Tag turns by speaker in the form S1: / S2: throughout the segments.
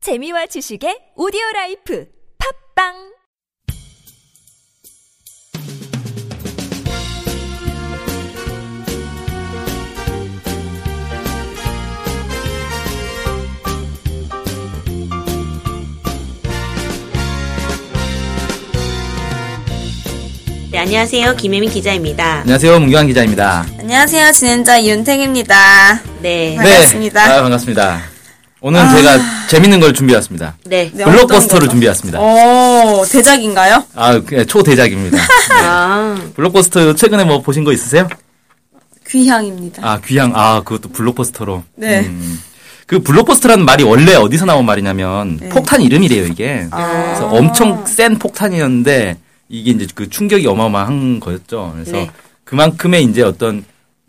S1: 재미와 지식의 오디오 라이프 팝빵
S2: 네, 안녕하세요. 김혜민 기자입니다.
S3: 안녕하세요, 문경환 기자입니다.
S4: 안녕하세요. 진행자 윤택입니다.
S2: 네.
S4: 네. 반갑습니다. 아.
S3: 네, 아, 반갑습니다. 오늘 제가 재밌는 걸 준비해왔습니다.
S2: 네.
S4: 네,
S3: 블록버스터를
S4: 어떤 거죠?
S3: 준비해왔습니다.
S4: 오, 대작인가요?
S3: 아, 그냥 초대작입니다.
S2: 아,
S3: 블록버스터 최근에 뭐 보신 거 있으세요?
S4: 귀향입니다.
S3: 아, 귀향. 아, 그것도 블록버스터로.
S4: 네.
S3: 음. 그 블록버스터라는 말이 원래 어디서 나온 말이냐면
S4: 네.
S3: 폭탄 이름이래요, 이게.
S4: 아.
S3: 그래서 엄청 센 폭탄이었는데 이게 이제 그 충격이 어마어마한 거였죠. 그래서
S2: 네.
S3: 그만큼의 이제 어떤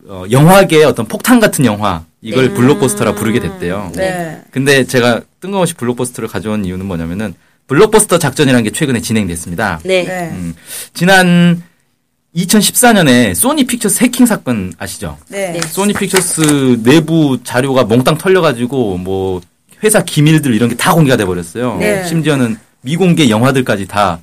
S3: 어, 영화계의 어떤 폭탄 같은 영화 이걸 블록버스터라 부르게 됐대요.
S4: 네.
S3: 근데 제가 뜬금없이 블록버스터를 가져온 이유는 뭐냐면은 블록버스터 작전이라는 게 최근에 진행됐습니다.
S2: 네.
S4: 네.
S3: 음, 지난 2014년에 소니 픽처스 해킹 사건 아시죠?
S4: 네.
S2: 네.
S3: 소니 픽처스 내부 자료가 몽땅 털려가지고 뭐 회사 기밀들 이런 게 다 공개가 돼버렸어요.
S4: 네.
S3: 심지어는 미공개 영화들까지 다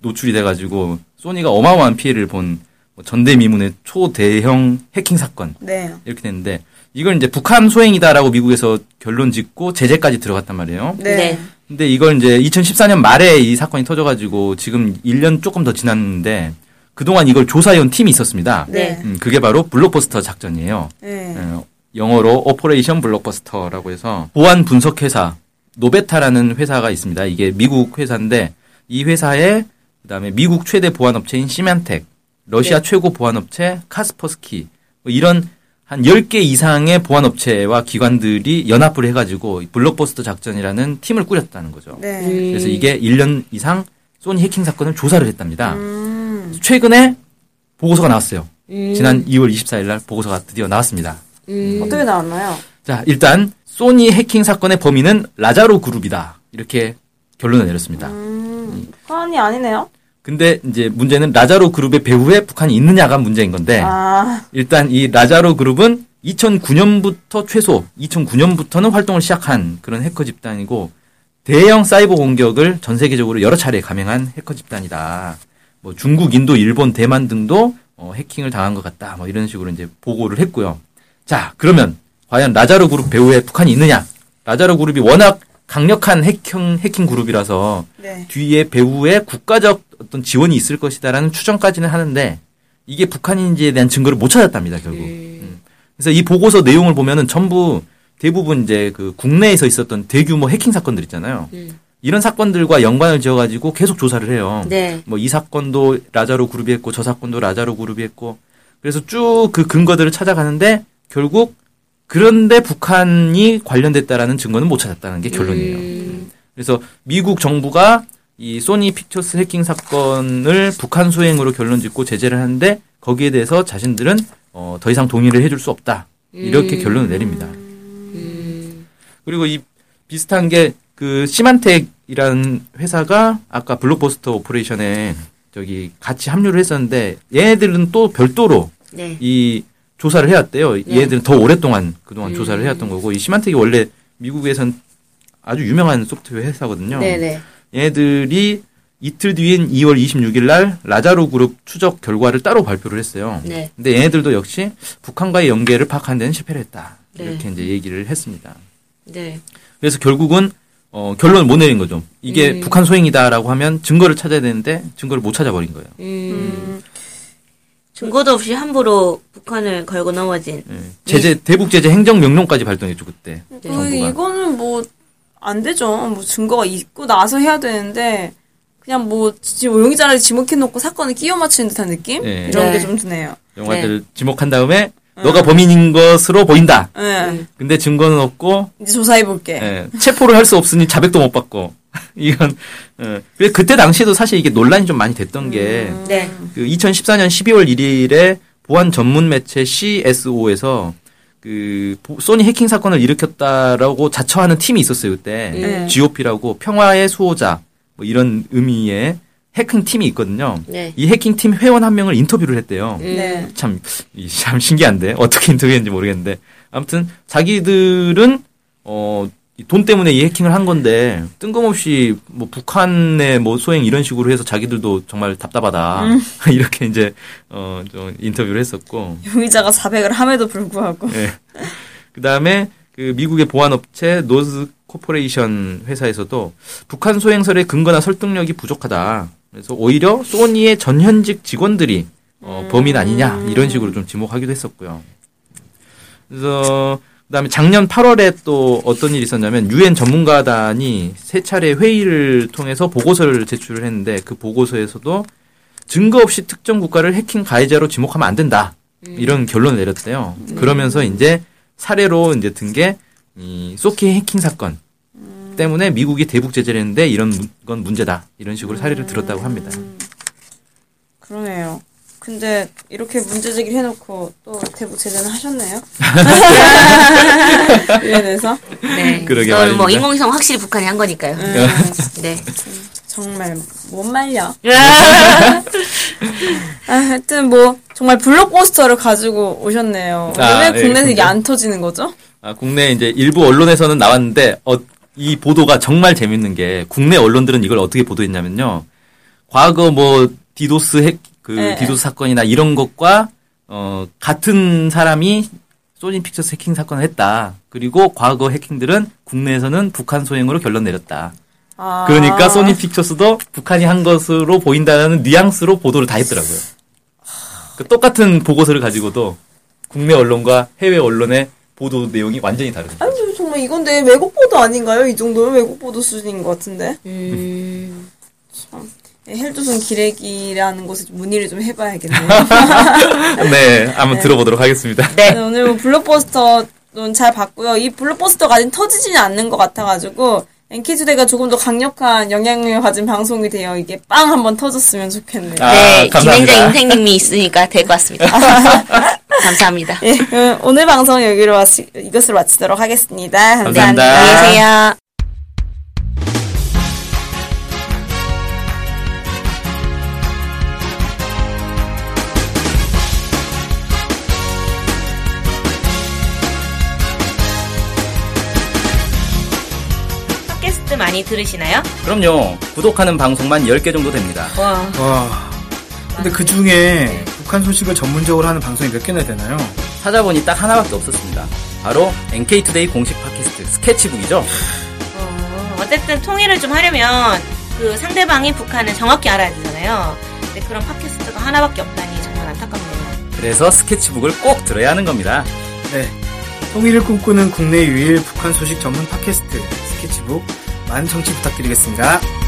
S3: 노출이 돼가지고 소니가 어마어마한 피해를 본뭐 전대미문의 초대형 해킹 사건
S4: 네.
S3: 이렇게 됐는데 이걸 이제 북한 소행이다라고 미국에서 결론 짓고 제재까지 들어갔단 말이에요.
S4: 네.
S2: 네.
S3: 근데 이걸 이제 2014년 말에 이 사건이 터져가지고 지금 1년 조금 더 지났는데 그동안 이걸 조사해온 팀이 있었습니다.
S4: 네.
S3: 음, 그게 바로 블록버스터 작전이에요.
S4: 네.
S3: 어, 영어로 오퍼레이션 블록버스터라고 해서 보안 분석 회사 노베타라는 회사가 있습니다. 이게 미국 회사인데 이 회사에 그다음에 미국 최대 보안 업체인 시멘텍, 러시아 최고 보안 업체 카스퍼스키 뭐 이런 한 10개 이상의 보안 업체와 기관들이 연합을 해 가지고 블록버스터 작전이라는 팀을 꾸렸다는 거죠.
S4: 네.
S2: 음,
S3: 그래서 이게 1년 이상 소니 해킹 사건을 조사를 했답니다. 최근에 보고서가 나왔어요. 지난 2월 24일 날 보고서가 드디어 나왔습니다.
S4: 어떻게 나왔나요?
S3: 자, 일단 소니 해킹 사건의 범인은 라자로 그룹이다. 이렇게 결론을 내렸습니다.
S4: 화환이 아니네요?
S3: 근데 이제 문제는 라자로 그룹의 배후에 북한이 있느냐가 문제인 건데
S4: 아,
S3: 일단 이 라자로 그룹은 2009년부터 최소 2009년부터는 활동을 시작한 그런 해커 집단이고 대형 사이버 공격을 전 세계적으로 여러 차례 감행한 해커 집단이다. 뭐 중국, 인도, 일본, 대만 등도 어, 해킹을 당한 것 같다. 뭐 이런 식으로 이제 보고를 했고요. 자, 그러면 과연 라자로 그룹 배후에 북한이 있느냐? 라자로 그룹이 워낙 강력한 해킹 해킹 그룹이라서
S4: 네.
S3: 뒤에 배후에 국가적 어떤 지원이 있을 것이다라는 추정까지는 하는데 이게 북한인지에 대한 증거를 못 찾았답니다 결국. 음. 그래서 이 보고서 내용을 보면은 전부 대부분 이제 그 국내에서 있었던 대규모 해킹 사건들 있잖아요. 이런 사건들과 연관을 지어가지고 계속 조사를 해요.
S2: 네.
S3: 뭐 이 사건도 라자로 그룹이 했고 저 사건도 라자로 그룹이 했고 그래서 쭉 그 근거들을 찾아가는데 결국 그런데 북한이 관련됐다라는 증거는 못 찾았다는 게 결론이에요. 음. 그래서 미국 정부가 이 소니 픽처스 해킹 사건을 북한 소행으로 결론 짓고 제재를 하는데 거기에 대해서 자신들은 어, 더 이상 동의를 해줄 수 없다. 이렇게 결론을 내립니다. 그리고 이 비슷한 게 그 시만텍이라는 회사가 아까 블록버스터 오퍼레이션에 저기 같이 합류를 했었는데 얘네들은 또 별도로
S2: 네.
S3: 이 조사를 해왔대요.
S2: 예.
S3: 얘들은 더 오랫동안 그동안
S2: 음.
S3: 조사를 해왔던 거고 이 시만텍이 원래 미국에선 아주 유명한 소프트웨어 회사거든요.
S2: 네네.
S3: 얘들이 이틀 뒤인 2월 26일 날 라자로 그룹 추적 결과를 따로 발표를 했어요.
S2: 네.
S3: 근데 얘네들도 역시 북한과의 연계를 파악하는 데는 실패를 했다.
S2: 네.
S3: 이렇게 이제 얘기를 했습니다.
S2: 네.
S3: 그래서 결국은 어, 결론을 못 내린 거죠. 이게
S2: 음.
S3: 북한 소행이다라고 하면 증거를 찾아야 되는데 증거를 못 찾아버린 거예요.
S4: 음.
S2: 증거도 음. 없이 함부로 북한을 걸고 넘어진.
S3: 예. 제재 대북 제재 행정 명령까지 발동했죠 그때.
S2: 네.
S4: 그,
S3: 네. 정부가.
S4: 이거는 뭐, 안 되죠. 뭐, 증거가 있고 나서 해야 되는데, 그냥 뭐, 지금 용의자를 지목해놓고 사건을 끼워 맞추는 듯한 느낌?
S3: 네.
S4: 이런
S2: 네.
S4: 게 좀 드네요.
S3: 영화를 지목한 다음에 너가 범인인 것으로 보인다.
S4: 네.
S3: 근데 증거는 없고
S4: 이제 조사해볼게.
S3: 예, 체포를 할 수 없으니 자백도 못 받고 이건 예. 근데 그때 당시에도 사실 이게 논란이 좀 많이 됐던 게
S4: 음.
S2: 네.
S3: 그 2014년 12월 1일에 보안 전문 매체 CSO에서 그 보- 소니 해킹 사건을 일으켰다라고 자처하는 팀이 있었어요 그때
S4: 네.
S3: GOP라고 평화의 수호자 뭐 이런 의미의 해킹 팀이 있거든요.
S2: 네.
S3: 이 해킹 팀 회원 한 명을 인터뷰를 했대요.
S2: 음.
S4: 네.
S3: 참, 이- 참 신기한데 어떻게 인터뷰했는지 모르겠는데 아무튼 자기들은 어 이돈 때문에 이 해킹을 한 건데 뜬금없이 뭐 북한의 뭐 소행 이런 식으로 해서 자기들도 정말 답답하다 이렇게 이제 어좀 인터뷰를 했었고
S4: 용의자가 400을 함에도 불구하고
S3: 예. 그다음에 그 미국의 보안업체 노즈 코퍼레이션 회사에서도 북한 소행설의 근거나 설득력이 부족하다. 그래서 오히려 소니의 전현직 직원들이 어, 범인 아니냐 이런 식으로 좀 지목하기도 했었고요. 그래서 그다음에 작년 8월에 또 어떤 일이 있었냐면 유엔 전문가단이 세 차례 회의를 통해서 보고서를 제출을 했는데 그 보고서에서도 증거 없이 특정 국가를 해킹 가해자로 지목하면 안 된다 이런 결론을 내렸대요. 그러면서 이제 사례로 이제 든 게 이 소키 해킹 사건 때문에 미국이 대북 제재를 했는데 이런 문- 건 문제다 이런 식으로 사례를 들었다고 합니다.
S4: 그러네요. 근데 이렇게 문제 제기를 해놓고 또 대북 제재는 하셨네요. 이에 대해서
S2: 네.
S3: 그러게
S2: 저는 뭐
S3: 말입니다.
S2: 인공위성 확실히 북한이 한 거니까요.
S4: 음,
S2: 네.
S4: 정말 못 말려. 아, 하여튼 뭐 정말 블록버스터를 가지고 오셨네요.
S3: 아,
S4: 왜
S3: 예,
S4: 국내에서 이게
S3: 그럼요.
S4: 안 터지는 거죠?
S3: 아, 국내 이제 일부 언론에서는 나왔는데 어, 이 보도가 정말 재밌는 게 국내 언론들은 이걸 어떻게 보도했냐면요. 과거 뭐 디도스 핵그
S4: 네.
S3: 디도스 사건이나 이런 것과 어 같은 사람이 소니 픽처스 해킹 사건을 했다. 그리고 과거 해킹들은 국내에서는 북한 소행으로 결론 내렸다.
S4: 아,
S3: 그러니까 소니 픽처스도 북한이 한 것으로 보인다는 뉘앙스로 보도를 다 했더라고요. 그 똑같은 보고서를 가지고도 국내 언론과 해외 언론의 보도 내용이 완전히 다르죠.
S4: 아니 저 정말 이건데 외국 보도 아닌가요? 이 정도면 외국 보도 수준인 것 같은데.
S2: 음.
S4: 예, 헬조선 기레기라는 곳에 좀 문의를 좀 해봐야겠네요.
S3: 네, 한번 들어보도록 하겠습니다.
S4: 네, 오늘 뭐 블록버스터는 잘 봤고요. 이 블록버스터가 아직 터지지는 않는 것 같아가지고 NK투데이가 조금 더 강력한 영향력을 가진 방송이 되어 이게 빵 한번 터졌으면 좋겠네요.
S3: 아,
S2: 네.
S3: 감사합니다.
S2: 진행자 인생님이 있으니까 될 것 같습니다. 감사합니다.
S4: 예, 그럼 오늘 방송 여기로 마치, 이것으로 마치도록 하겠습니다.
S3: 감사합니다.
S4: 감사합니다.
S2: 안녕히 계세요. 팟캐스트 많이 들으시나요?
S3: 그럼요. 구독하는 방송만 10개 정도 됩니다.
S2: 와.
S5: 와. 근데 그 중에 북한 소식을 전문적으로 하는 방송이 몇 개나 되나요?
S3: 찾아보니 딱 하나밖에 없었습니다. 바로 NK투데이 공식 팟캐스트 스케치북이죠.
S2: 어, 어쨌든 통일을 좀 하려면 그 상대방이 북한을 정확히 알아야 되잖아요. 근데 그런 팟캐스트가 하나밖에 없다니 정말 안타깝네요.
S3: 그래서 스케치북을 꼭 들어야 하는 겁니다.
S5: 네. 통일을 꿈꾸는 국내 유일 북한 소식 전문 팟캐스트 스케치북 많은 청취 부탁드리겠습니다.